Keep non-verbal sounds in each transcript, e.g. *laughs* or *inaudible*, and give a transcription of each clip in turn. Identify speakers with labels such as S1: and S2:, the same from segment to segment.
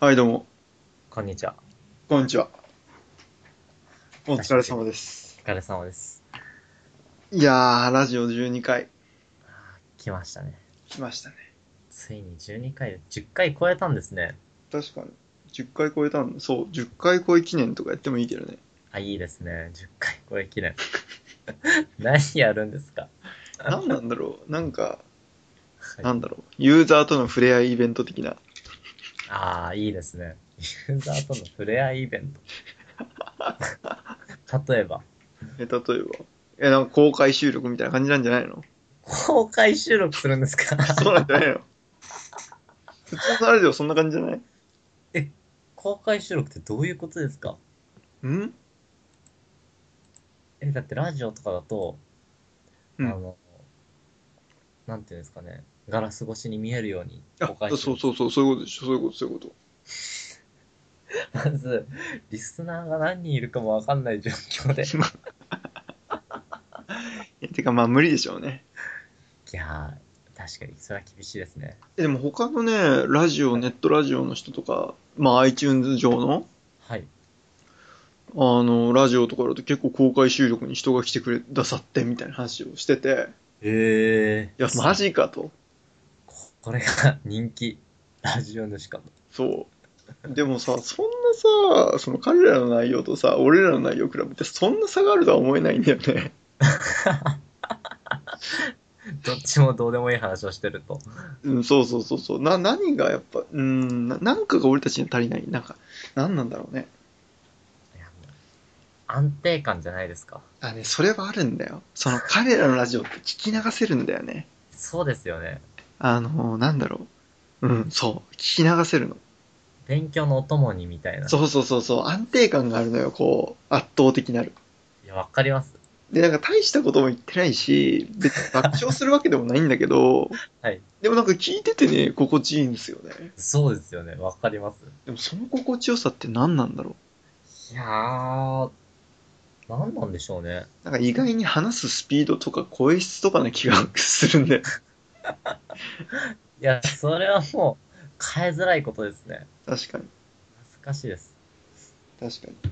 S1: はい、どうも。
S2: こんにちは。
S1: こんにちは。お疲れ様です。
S2: お疲れ様です。
S1: いやー、ラジオ12回
S2: 来ましたね。
S1: 来ましたね。
S2: ついに12回、10回超えたんですね。
S1: 確かに。10回超えたのそう、10回超え記念とかやってもいいけどね。
S2: あ、いいですね。10回超え記念。 *laughs* 何やるんですか
S1: 何なんだ *laughs* ろう。なんか、
S2: はい
S1: なんだろう。ユーザーとの触れ合いイベント的な。
S2: ああ、いいですね。ユーザーとの触れ合いイベント。 *laughs* 例えば、
S1: え、例えば。え、なんか公開収録みたいな感じなんじゃないの
S2: 公開収録するんですか
S1: そうなんじゃないの *laughs* 普通のラジオそんな感じじゃない
S2: *laughs* 公開収録ってどういうことですか
S1: ん
S2: え、だってラジオとかだと、
S1: うん
S2: あの、なんていうんですかね、ガラス越しに見えるように
S1: あ
S2: 公開収録
S1: そうそうそう、そういうことでしょ。そういうこと、そういうこと。
S2: まず、リスナーが何人いるかもわかんない状況で。い
S1: えてか、まあ無理でしょうね。
S2: やー、確かに、それは厳しいですね。
S1: えでも他のね、ラジオ、ネットラジオの人とか、まあ iTunes 上の、
S2: はい。
S1: あの、ラジオとかだと結構公開収録に人が来てくれ、ださってみたいな話をしてて、
S2: え
S1: いや、マジかと。
S2: これが人気。ラジオ主かも。
S1: そう。でもさ、 *laughs* そんなさ、その彼らの内容とさ、俺らの内容比べてそんな差があるとは思えないんだよね。 *laughs*
S2: どっちもどうでもいい話をしてると。
S1: うん、そうそうそうそう。な、何がやっぱ、うん、ななんかが俺たちに足りない。なんか、なんなんだろうね。
S2: いやもう安定感じゃないですか。
S1: あ、ね、それはあるんだよ。その彼らのラジオって聞き流せるんだよね。
S2: そうですよね。
S1: あの、なんだろう。うん、そう。聞き流せるの。
S2: 勉強のお供にみたいな。
S1: そうそうそうそう。安定感があるのよ、こう、圧倒的なる。
S2: いや、わかります。
S1: で、なんか大したことも言ってないし、別に爆笑するわけでもないんだけど、
S2: *laughs* はい。
S1: でもなんか聞いててね、心地いいんですよね。
S2: そうですよね。わかります。
S1: でもその心地よさって何なんだろ
S2: いやー、なんなんでしょうね。
S1: う。なんか意外に話すスピードとか声質とかな気がするん
S2: *laughs*
S1: で。
S2: いや、それはもう、変えづらいことですね。
S1: 確かに。
S2: 恥ずかしいです。
S1: 確かに。
S2: な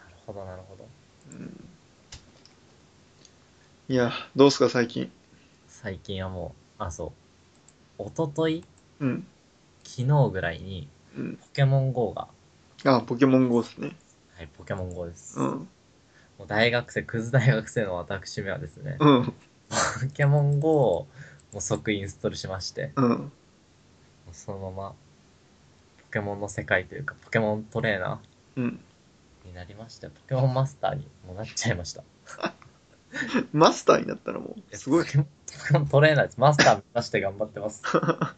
S2: るほど、なるほど。
S1: うん、いや、どうすか最近。
S2: 最近はもう、あ、そう。一昨日
S1: うん。
S2: 昨日ぐらいに、
S1: うん。
S2: ポケモン GO が、
S1: あ、ポケモン GO ですね。
S2: はい、ポケモン GO です。
S1: う
S2: も
S1: ん。
S2: う大学生、クズ大学生の私めはですね、
S1: うん。
S2: ポケモン GO をもう即インストールしまして、も
S1: うん。
S2: うそのまま、ポケモンの世界というか、ポケモントレーナ
S1: うん。
S2: ーになりまして、ポケモンマスターにもうなっちゃいました。
S1: マスターになったらもう、すごい
S2: ポ。ケモンポケモントレーナーです。マスター目指して頑張ってます。は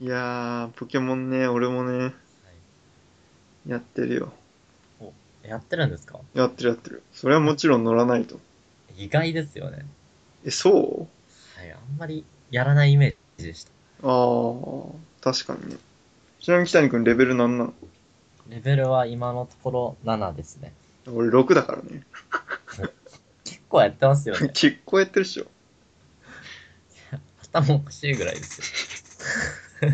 S2: い
S1: やー、ポケモンね、俺もね、やってるよ。
S2: い、やってるんですか
S1: やってるやってる。それはもちろん乗らないと。
S2: 意外ですよね。
S1: え、そう
S2: はい、あんまりやらないイメージでした。
S1: あー、確かにね。ちなみに北谷君レベルなんなの
S2: レベルは今のところ7ですね。
S1: 俺6だからね。
S2: 結構やってますよね。
S1: 結構やってるっしょ。
S2: 頭おかしいぐらいですよ。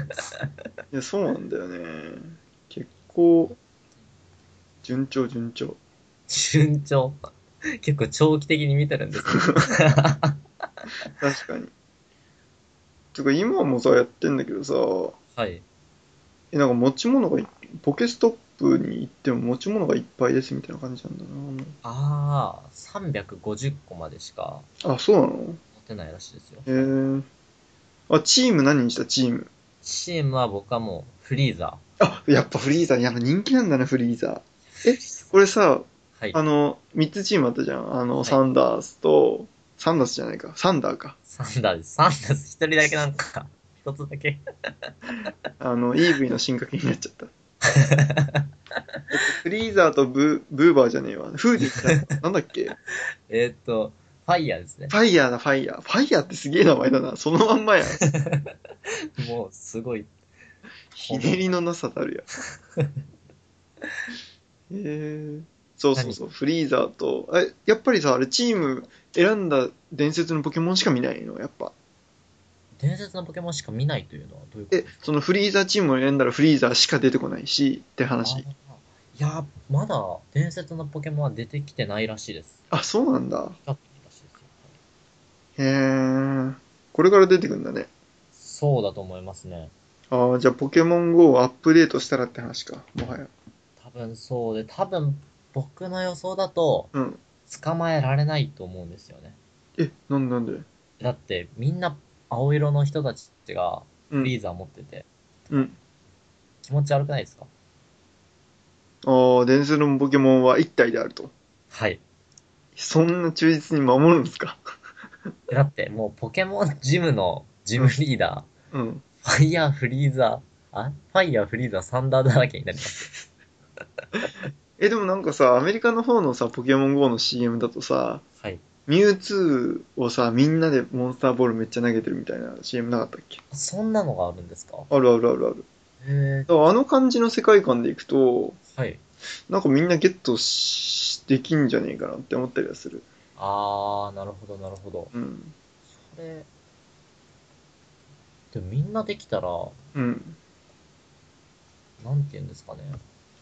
S1: いや、そうなんだよね。結構、順調順調。
S2: 順調。結構長期的に見てるんですけど
S1: 確かに。てか今もさ、やってんだけどさ、
S2: はい。
S1: え、なんか持ち物がい、ポケストップに行っても持ち物がいっぱいですみたいな感じなんだなも
S2: ああ、350個までしか
S1: う。あ、そうなの
S2: 持てないらしいですよ。
S1: へえ。あ、チーム何にしたチーム。
S2: チームは僕はもうフリーザ
S1: あ、やっぱフリーザー、やっぱ人気なんだな、フリーザ
S2: ー。
S1: えー。これさ、
S2: はい
S1: あ。の、3つチームあったじゃん。あの、
S2: はい
S1: サンダースと、サンダースじゃないか。サンダーか。
S2: サンダーです。サンダース一人だけなんか、一つだけ。
S1: あの、イーブイの進化系になっちゃ *laughs* った。えっとフリーザーとブブーバーじゃねえわ。フーディーってなんだっ *laughs* け
S2: えーっと、ファイヤーですね
S1: フ。ァイヤーだ、ファイヤー。ファイヤーってすげえ名前だな。そのまんまやん。
S2: もうすごい。
S1: ひねりのなさたる
S2: *laughs*
S1: やん。へえそうそうそう、フリーザーと、え、やっぱりさ、あれ、チーム選んだ伝説のポケモンしか見ないの、やっぱ。
S2: 伝説のポケモンしか見ないというのはどういうこと
S1: で、そのフリーザーチームを選んだらフリーザーしか出てこないし、って話。
S2: あーいや、まだ伝説のポケモンは出てきてないらしいです。
S1: あ、そうなんだ。
S2: 光ってるらしいですよ
S1: へえ。これから出てくんだね。
S2: そうだと思いますね。
S1: ああ、じゃあポケモン GO をアップデートしたらって話か。もはや。
S2: 多分そうで、多分僕の予想だと
S1: うん。
S2: 捕まえられないと思うんですよね。
S1: え、なんでなんで
S2: だってみんな青色の人たちが
S1: う
S2: フリ
S1: ん。
S2: ーザー持ってて
S1: うん。
S2: 気持ち悪くないですか
S1: ああ、伝説のポケモンは1体であると。
S2: はい。
S1: そんな忠実に守るんですか
S2: だってもうポケモンジムのジムリーダ
S1: うん。
S2: ー、ファイヤーフリーザー、あファイヤーフリーザーサンダーだらけになります。
S1: え、でもなんかさ、アメリカの方のさ、ポケモン GO の CM だとさ、
S2: はい。
S1: ミュウツーをさ、みんなでモンスターボールめっちゃ投げてるみたいな CM なかったっけ
S2: そんなのがあるんですか
S1: あるあるあるある。
S2: へえ。
S1: だからあの感じの世界観でいくと、
S2: はい。
S1: なんかみんなゲットしできんじゃねえかなって思ったりはする。
S2: あー、なるほど、なるほど。
S1: うん。
S2: それ、でもみんなできたら、
S1: うん。
S2: なんて言うんですかね。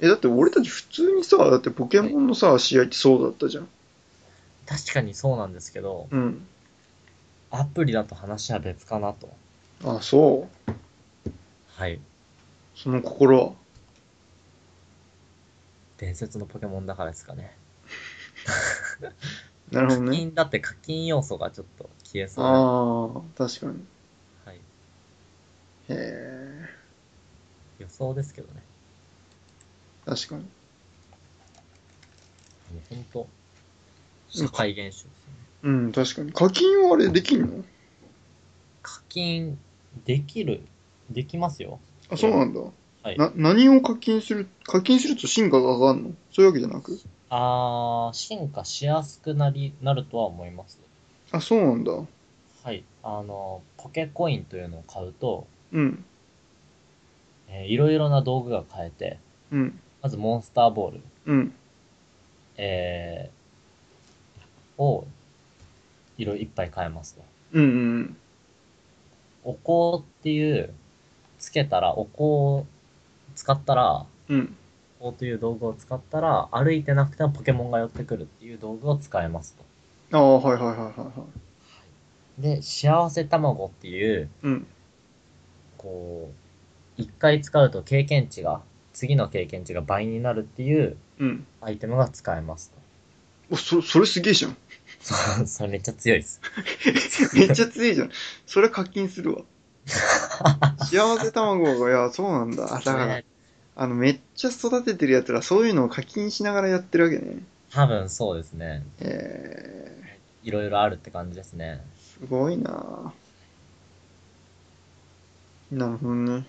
S1: え、だって俺たち普通にさ、だってポケモンのさ、試合ってそうだったじゃん。
S2: 確かにそうなんですけど、
S1: うん。
S2: アプリだと話は別かなと。
S1: あ、そう。
S2: はい。
S1: その心は。
S2: 伝説のポケモンだからですかね。
S1: なるほど
S2: 課
S1: ね。
S2: 金だって課金要素がちょっと消えそうな
S1: ああ、確かに。
S2: はい。
S1: へえ、
S2: 予想ですけどね。
S1: 確かに。
S2: もう本当社会現象ですよね。
S1: うん、確かに。課金はあれできんの
S2: 課金できるできますよ。
S1: あ、そうなんだ。
S2: はい
S1: な、何を課金する、課金すると進化が上がるのそういうわけじゃなく
S2: あー、進化しやすくなり、なるとは思います。
S1: あ、そうなんだ。
S2: はい。あの、ポケコインというのを買うと、
S1: うん、
S2: えーいろいろな道具が買えて、
S1: うん、
S2: まずモンスターボール、
S1: うん、
S2: えーを、いろいろいっぱい買えますと。
S1: うん、うん。
S2: お香っていう、つけたら、お香を使ったら、
S1: うん。
S2: お香という道具を使ったら、歩いてなくてもポケモンが寄ってくるっていう道具を使えますと。
S1: ああ、はいはいはいはいはい。
S2: で、幸せ卵っていう、
S1: うん、
S2: こう、一回使うと経験値が、次の経験値が倍になるっていう
S1: うん。
S2: アイテムが使えますと。
S1: お、そ、それすげえじゃん。 *laughs*
S2: そう *laughs* それめっちゃ強いです。
S1: めっちゃ強いじゃん。それ課金するわ。幸せ卵が、いや、そうなんだ。あだから、あの、めっちゃ育ててる奴ら、そういうのを課金しながらやってるわけね。
S2: 多分そうですね。
S1: え
S2: いろいろあるって感じですね。
S1: ー、すごいななるほどね。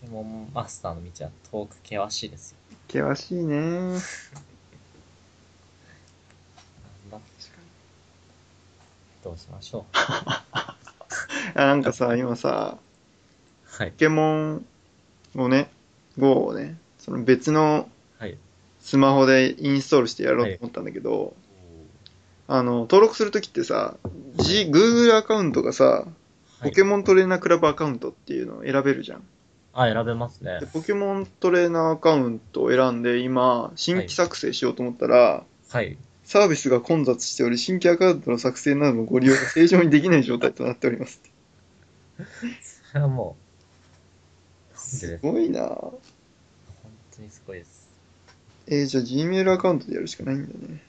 S2: ポケモンマスターの道は遠く険しいですよ。
S1: 険しいね。
S2: なんだどうしましょう。
S1: あ、なんかさ、今さ、
S2: はい
S1: ポ。ケモンをね、GO をね、その別の
S2: はい。
S1: スマホでインストールしてやろうと思ったんだけど、あの、登録するときってさ、G、Google アカウントがさ、ポケ
S2: ン。
S1: モントレーナークラブアカウントっていうのを選べるじゃん。
S2: あ、選べますね
S1: で。ポケモントレーナーアカウントを選んで、今、新規作成しようと思ったら、
S2: はい。 *laughs*
S1: サービスが混雑しており、新規アカウントの作成などのご利用が正常にできない状態となっております。
S2: それはもう、
S1: す
S2: す
S1: ごいなぁ
S2: 本当にすごいです。
S1: えーじゃあ Gmail アカウントでやるしかないんだね。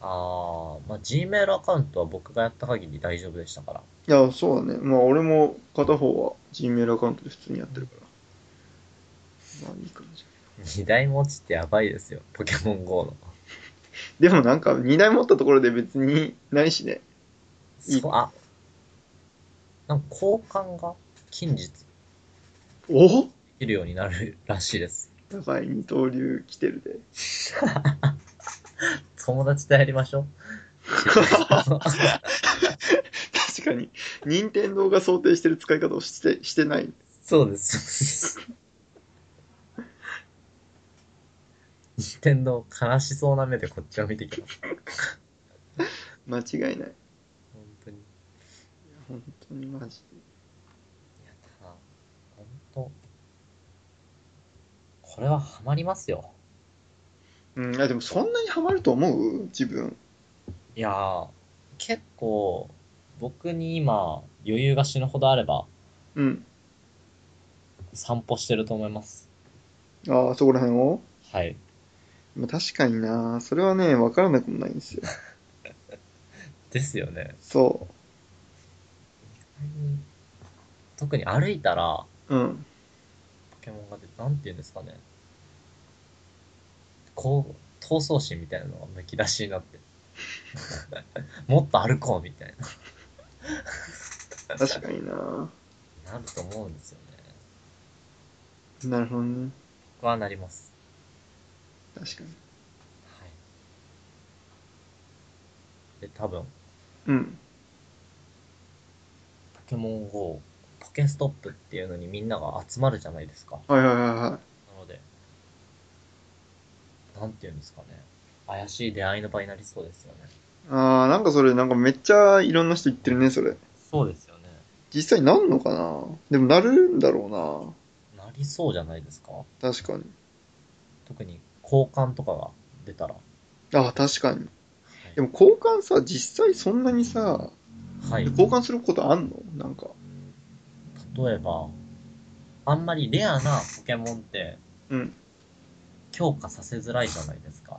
S2: あー、まあ、Gmail アカウントは僕がやった限り大丈夫でしたか
S1: い
S2: ら。 *laughs*
S1: や、そうだね。まあ、俺も片方は Gmail アカウントで普通にやってるから。まあ、いい感じ。
S2: 二台持ちってやばいですよ。ポケモン GO の。
S1: でもなんか、2台持ったところで別にないしね。いい
S2: そう、あ、なんか交換が近日で
S1: お
S2: きるようになるらしいです。
S1: 高い二刀流来てるで。
S2: 友達とやりましょう。
S1: 確かに、任天堂が想定してる使い方をしてしてない。
S2: そうです。 *laughs* 任天堂悲しそうな目でこっちを見てきます。
S1: 間違いない。
S2: 本当に。
S1: 本当にマジ
S2: やったな。ほんと。これはハマりますよ。
S1: で。うん、いやでもそんなにハマると思う自分。
S2: いやー、結構、僕に今、余裕が死ぬほどあれば、
S1: うん。
S2: 散歩してると思います。
S1: ああ、そこら辺を
S2: はい。
S1: まあ確かにな。それはね、わからなくもないんですよ。
S2: ですよね。
S1: そ
S2: 特に歩いたら、
S1: う。うん。
S2: ポケモンが出て、なんていうんですかね。こう、闘争心みたいなのがむき出しになって。 *laughs* もっと歩こうみたい
S1: 確かにな。
S2: な、なると思うんですよね。
S1: なるほどね。
S2: 僕はなります。
S1: 確かに。
S2: はい。で、多分、
S1: うん。
S2: ポケモン GO、ポケストップっていうのにみんなが集まるじゃないですか。
S1: はいはいはいは
S2: なので、なんていうんですかね。怪しい出会いの場になりそうですよね。
S1: い。ああ、なんかそれ、なんかめっちゃいろんな人言ってるね、それ。
S2: そうですよね。
S1: 実際なんのかなでもなるんだろ
S2: なりそうじゃないですか。
S1: うな。確かに。
S2: 特に交換とかが出たら。
S1: ああ、確かに。でも交換さ、実際そんなにさ、
S2: はい。
S1: 交換することあんのなんか。
S2: 例えば、あんまりレアなポケモンって
S1: うん。
S2: 強化させづらいじゃないですか。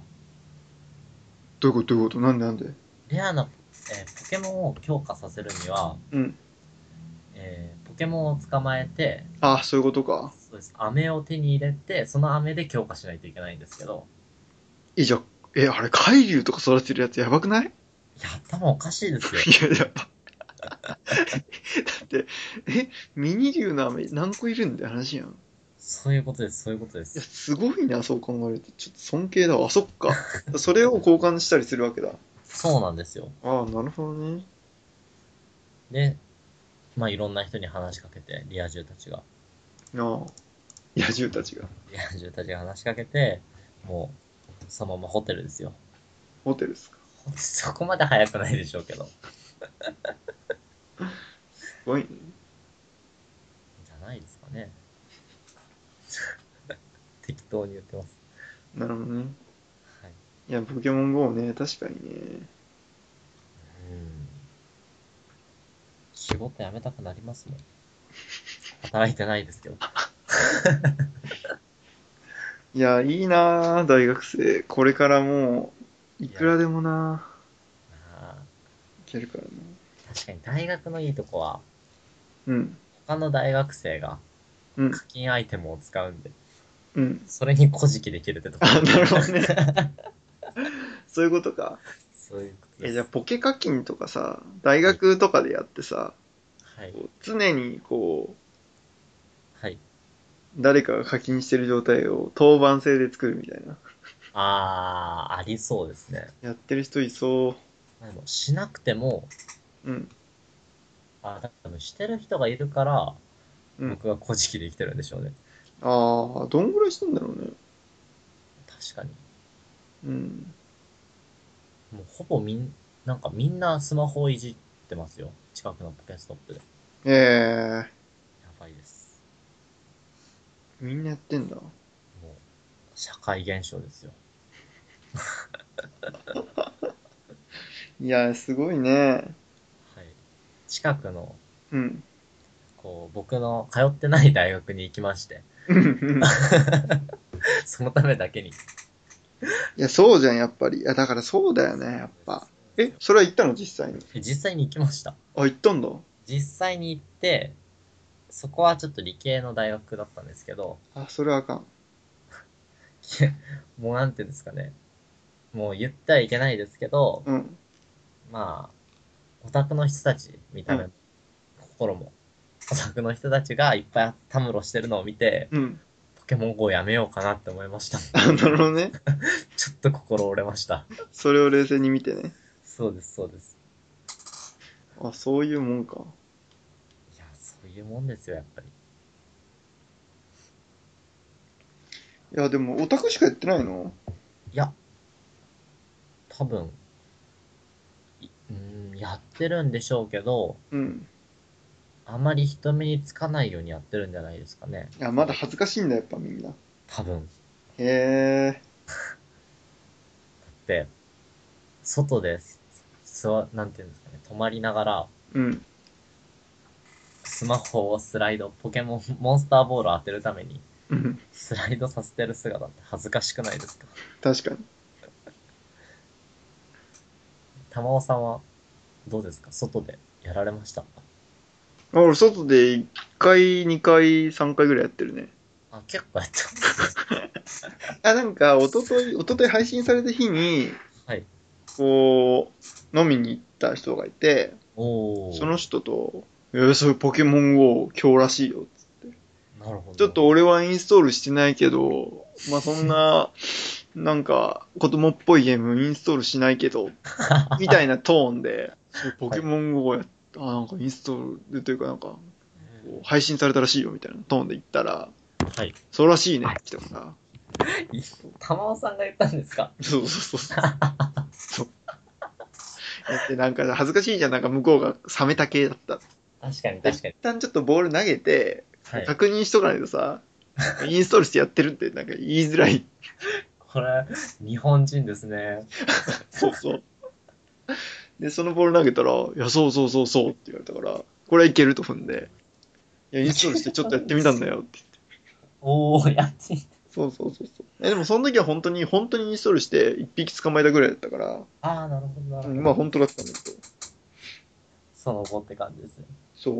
S1: どういうことどういうことなんでなんで
S2: レアな、えーポケモンを強化させるには、
S1: うん。
S2: えーポケモンを捕まえて、
S1: ああ、そういうことか。
S2: そうです。飴を手に入れて、その飴で強化しないといけないんですけど、
S1: え、じゃあ、え、あれ、海竜とか育てるやつやばくない
S2: いや、頭おかしいですよ。
S1: いや、やば。 *laughs* だって、え、ミニ竜の飴何個いるんだよ話やん。い
S2: そういうことです、そういうことで
S1: や、
S2: す。
S1: すごいな、そう考えると。ちょっと尊敬だわ。あ、そっか。それを交換したりするわけだ。
S2: そうなんですよ。
S1: ああ、なるほどね。
S2: で、まあいろんな人に話しかけて、リア充たちが。
S1: ああ。野獣たちが。
S2: リア充たちが話しかけて、もう、そのままホテルですよ。
S1: ホテルっすか。
S2: そこまで早くないでしょうけど。
S1: すごいね。
S2: じゃないですかね。 *laughs* 適当に言ってます。
S1: なるほどね。
S2: はい。
S1: いや、ポケモン GO ね、確かにね。
S2: うん。仕事辞めたくなりますもん。働いてないですけど。
S1: いや、いいなあ大学生。これからもう、いくらでもな
S2: まあ
S1: いけるからな。
S2: 確かに大学のいいとこは、
S1: うん、
S2: 他の大学生が
S1: うん、
S2: 課金アイテムを使うんで、
S1: うん。
S2: それに古事記できるってとこ
S1: あ、なるほどね。そういうことか。
S2: *laughs* そういうことで
S1: え、
S2: す。
S1: じゃあ、ポケ課金とかさ、大学とかでやってさ、
S2: はい
S1: こ。う常にこう、
S2: はい。
S1: 誰かが課金してる状態を当番制で作るみたいな。
S2: あー、ありそうですね。
S1: やってる人いそ
S2: でもしなくても、
S1: う。うん、
S2: あ、多分してる人がいるから、
S1: うん。
S2: 僕は古事記で生きてるんでしょうね。
S1: ああ、どんぐらいしてんだろうね。
S2: 確かに。
S1: うん。
S2: もうほぼみん、なんかみんなスマホをいじってますよ。近くのポケストップで。や
S1: ええ
S2: ばいです。
S1: みんなやってんだ。
S2: もう、社会現象ですよ。
S1: いや、すごいね。
S2: はい。近くの、
S1: うん。 *laughs*
S2: こう、僕の通ってない大学に行きまして、 *laughs*
S1: うん
S2: そのためだけに。
S1: いや、そうじゃん、やっぱり。いや、だからそうだよね、やっぱ。え、それは行ったの、実際に。
S2: 実際に行きました。
S1: あ、行ったんだ。
S2: 実際に行って、そこはちょっと理系の大学だったんですけど、
S1: あ、それはあかん。
S2: いや *laughs* もうなんていうんですかね。もう言ってはいけないですけど、
S1: うん。
S2: まあ、オタクの人たち、見た目も、心も、オタクの人たちがいっぱいたむろしてるのを見て、
S1: うん。 *laughs*
S2: ポケモン GO やめようかなって思いました。 *laughs* ち
S1: あ、なるほどね。
S2: ょっと心折れました。
S1: それを冷静に見てね。
S2: そうです、そうです。
S1: あ、そういうもんか。
S2: いや、そういうもんですよ、やっぱり。
S1: いや、でも、オタクしかやってないの
S2: いや、多分、いうーん、やってるんでしょうけど、
S1: うん。
S2: あまり人目につかないようにやってるんじゃないですかね。
S1: いや、まだ恥ずかしいんだ、やっぱみんな。
S2: 多分。
S1: へえ。
S2: で、外です。座、なんていうんですかね、泊まりながら、
S1: うん。
S2: スマホをスライド、ポケモン、モンスターボールを当てるために、
S1: うん
S2: スライドさせてる姿って恥ずかしくないですか
S1: 確かに。
S2: 玉尾さんは、どうですか外でやられました
S1: あ俺、外で1回、2回、3回ぐらいやってるね。
S2: あ、結構やって
S1: あ、なんか、一昨日一昨日配信された日に、
S2: た。はい。
S1: こう、飲みに行った人がいて、
S2: おー。
S1: その人と、えー、そういうポケモン GO 今日らしいよ。
S2: なるほど。
S1: ちょっと、俺はインストールしてないけど、まあ、そんな、なんか、子供っぽいゲームインストールしないけ *laughs* ど、みたいなトーンで、そうポケモン GO やっあ、なんかインストールというか、なんか、こう配信されたらしいよみたいなトーンで言ったら、
S2: はい。
S1: そうらしいねって来たから。
S2: *laughs* 玉尾さんが言ったんですか
S1: そうそうそうそう。
S2: *laughs*
S1: そうだってなんか恥ずかしいじゃん、なんか向こうが冷めた系だった。
S2: 確かに確かに
S1: 一。旦ちょっとボール投げて、
S2: はい。
S1: 確認しとかないとさ、インストールしてやってるってなんか言いづらい。
S2: これ、日本人ですね。
S1: そうそう。で、そのボール投げたら、いや、そうそうそうそうって言われたから、これはいけると踏んで、いや、インストールしてちょっとやってみたんだよって。
S2: おー、やってみた。
S1: そうそうそうそう。え、でもその時は本当に、本当にインストールして一匹捕まえたぐらいだったから、
S2: あー、なるほど、なる
S1: う
S2: ほど。
S1: んまあ本当だったんだけど。
S2: その後って感じですね。
S1: そう。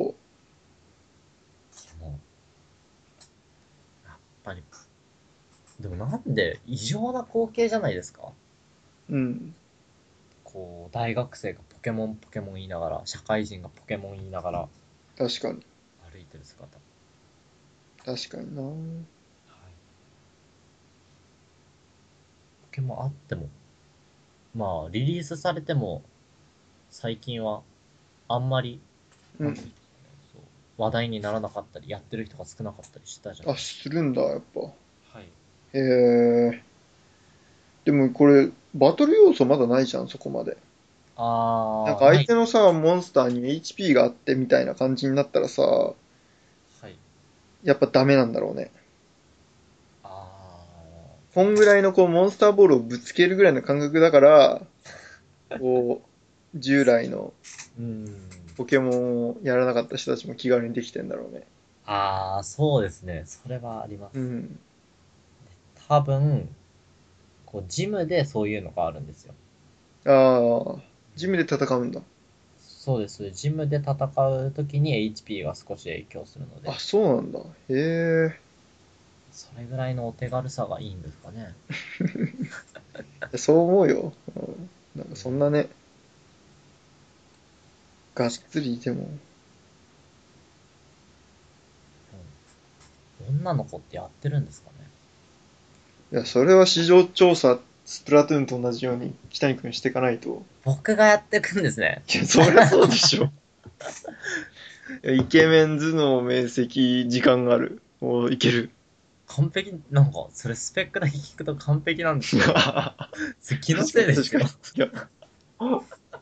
S2: もうやっぱり。でもなんで、異常な光景じゃないですか
S1: うん。
S2: こう、大学生がポケモンポケモン言いながら、社会人がポケモン言いながら
S1: 確かに。
S2: 歩いてる姿。
S1: 確かにな
S2: ポケモンあっても、まあ、リリースされても、最近は、あんまり、
S1: う
S2: なん
S1: ん
S2: てい。ですかねそう話題にならなかったり、やってる人が少なかったりしてたじゃな
S1: あ、
S2: いです
S1: するんだ、やっぱ。
S2: か。はい。
S1: へえ。でもこれ、バトル要素まだないじゃん、そこまで。
S2: あー、
S1: なんか相手のさ、モンスターに HP があってみたいな感じになったらさ、
S2: はい。はい、
S1: やっぱダメなんだろうね。
S2: あ
S1: こんぐらいのこう、モンスターボールをぶつけるぐらいの感覚だから、こう、従来の
S2: ー、うーん。
S1: ポケモンをやらなかった人たちも気軽にできてんだろうね。
S2: あー、そうですね。それはあります。
S1: うん。
S2: 多分、こう、ジムでそういうのがあるんですよ。
S1: ああ、ジムで戦うんだ。
S2: そうです。ジムで戦うときに HP が少し影響するので
S1: あ、、そうなんだ。へ
S2: それぐらいのお手軽さがいいんですかね。
S1: え。そう思うよ。うん、なんかそんなね、がっつりいても。
S2: うん、女の子ってやってるんですかね。
S1: いや、それは市場調査、スプラトゥーンと同じように北に君していかないと。
S2: 僕がやってくんですね。
S1: いや、そりゃそうでしょ。 *laughs* いやイケメン頭脳明晰、時間がある。もういけ *laughs* る。
S2: 完璧、なんか、それスペックだけ聞くと完璧なんですよ。それ気のせいですよ。
S1: いや、
S2: *laughs*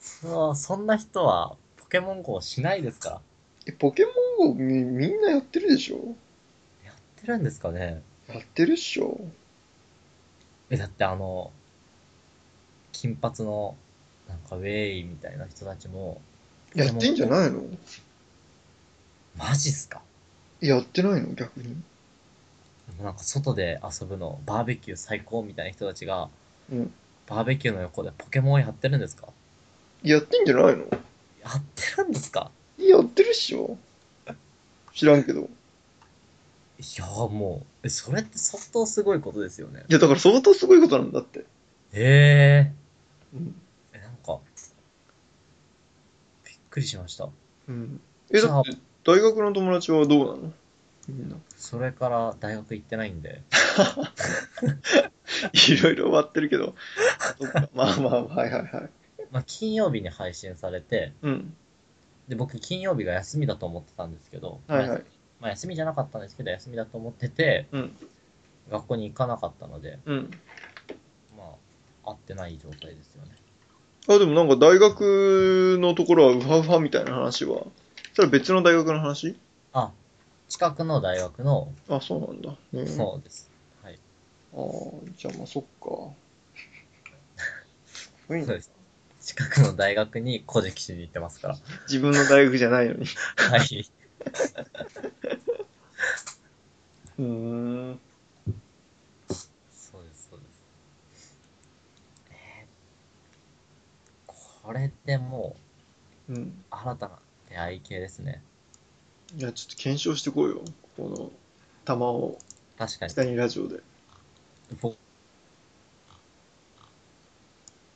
S2: そうそんな人は、ポケモン GO しないですから。
S1: えポケモン GO みみんなやってるでしょ
S2: やってるんですかね。
S1: やってるっしょ
S2: え、だってあの、金髪の、なんかウェイみたいな人たちも、
S1: やってんじゃないの
S2: マジっすか
S1: やってないの逆に。
S2: もうなんか外で遊ぶの、バーベキュー最高みたいな人たちが、
S1: うん
S2: バーベキューの横でポケモンやってるんですか
S1: やってんじゃないの
S2: やってるんですか
S1: やってるっしょ知らんけど。い
S2: いやーもう、えそれって相当すごいことですよね。
S1: や、だから相当すごいことなんだって。
S2: へえ
S1: うん。
S2: ー。え、なんか、びっくりしました。
S1: うん、え、だって、大学の友達はどうなのみんな。
S2: それから大学行ってないんで。
S1: いろいろ終わってるけど。そっかまあまあ、はいはいはい。
S2: まあ金曜日に配信されて、
S1: うん。
S2: で、僕金曜日が休みだと思ってたんですけど、
S1: はいはい。
S2: まあ休みじゃなかったんですけど、休みだと思ってて、
S1: うん。
S2: 学校に行かなかったので、
S1: うん。
S2: まあ、会ってない状態ですよね。
S1: あ、でもなんか大学のところはウハウハみたいな話は。それは別の大学の話
S2: あ、近くの大学の、
S1: あ、そうなんだ。ね、
S2: そうです。はい。
S1: ああ、じゃあまあそっか。雰囲
S2: そう
S1: 気
S2: です。近くの大学に古事記しに行ってま
S1: *laughs*
S2: すから。
S1: 自分の大学じゃないのに。
S2: はい。
S1: *laughs* うーん。
S2: そうです、そうです。えーこれってもう
S1: うん。
S2: 新たな出会い系ですね。
S1: いや、ちょっと検証してこうよ。ここの、玉を、
S2: 確かに。
S1: 北にラジオで。
S2: 僕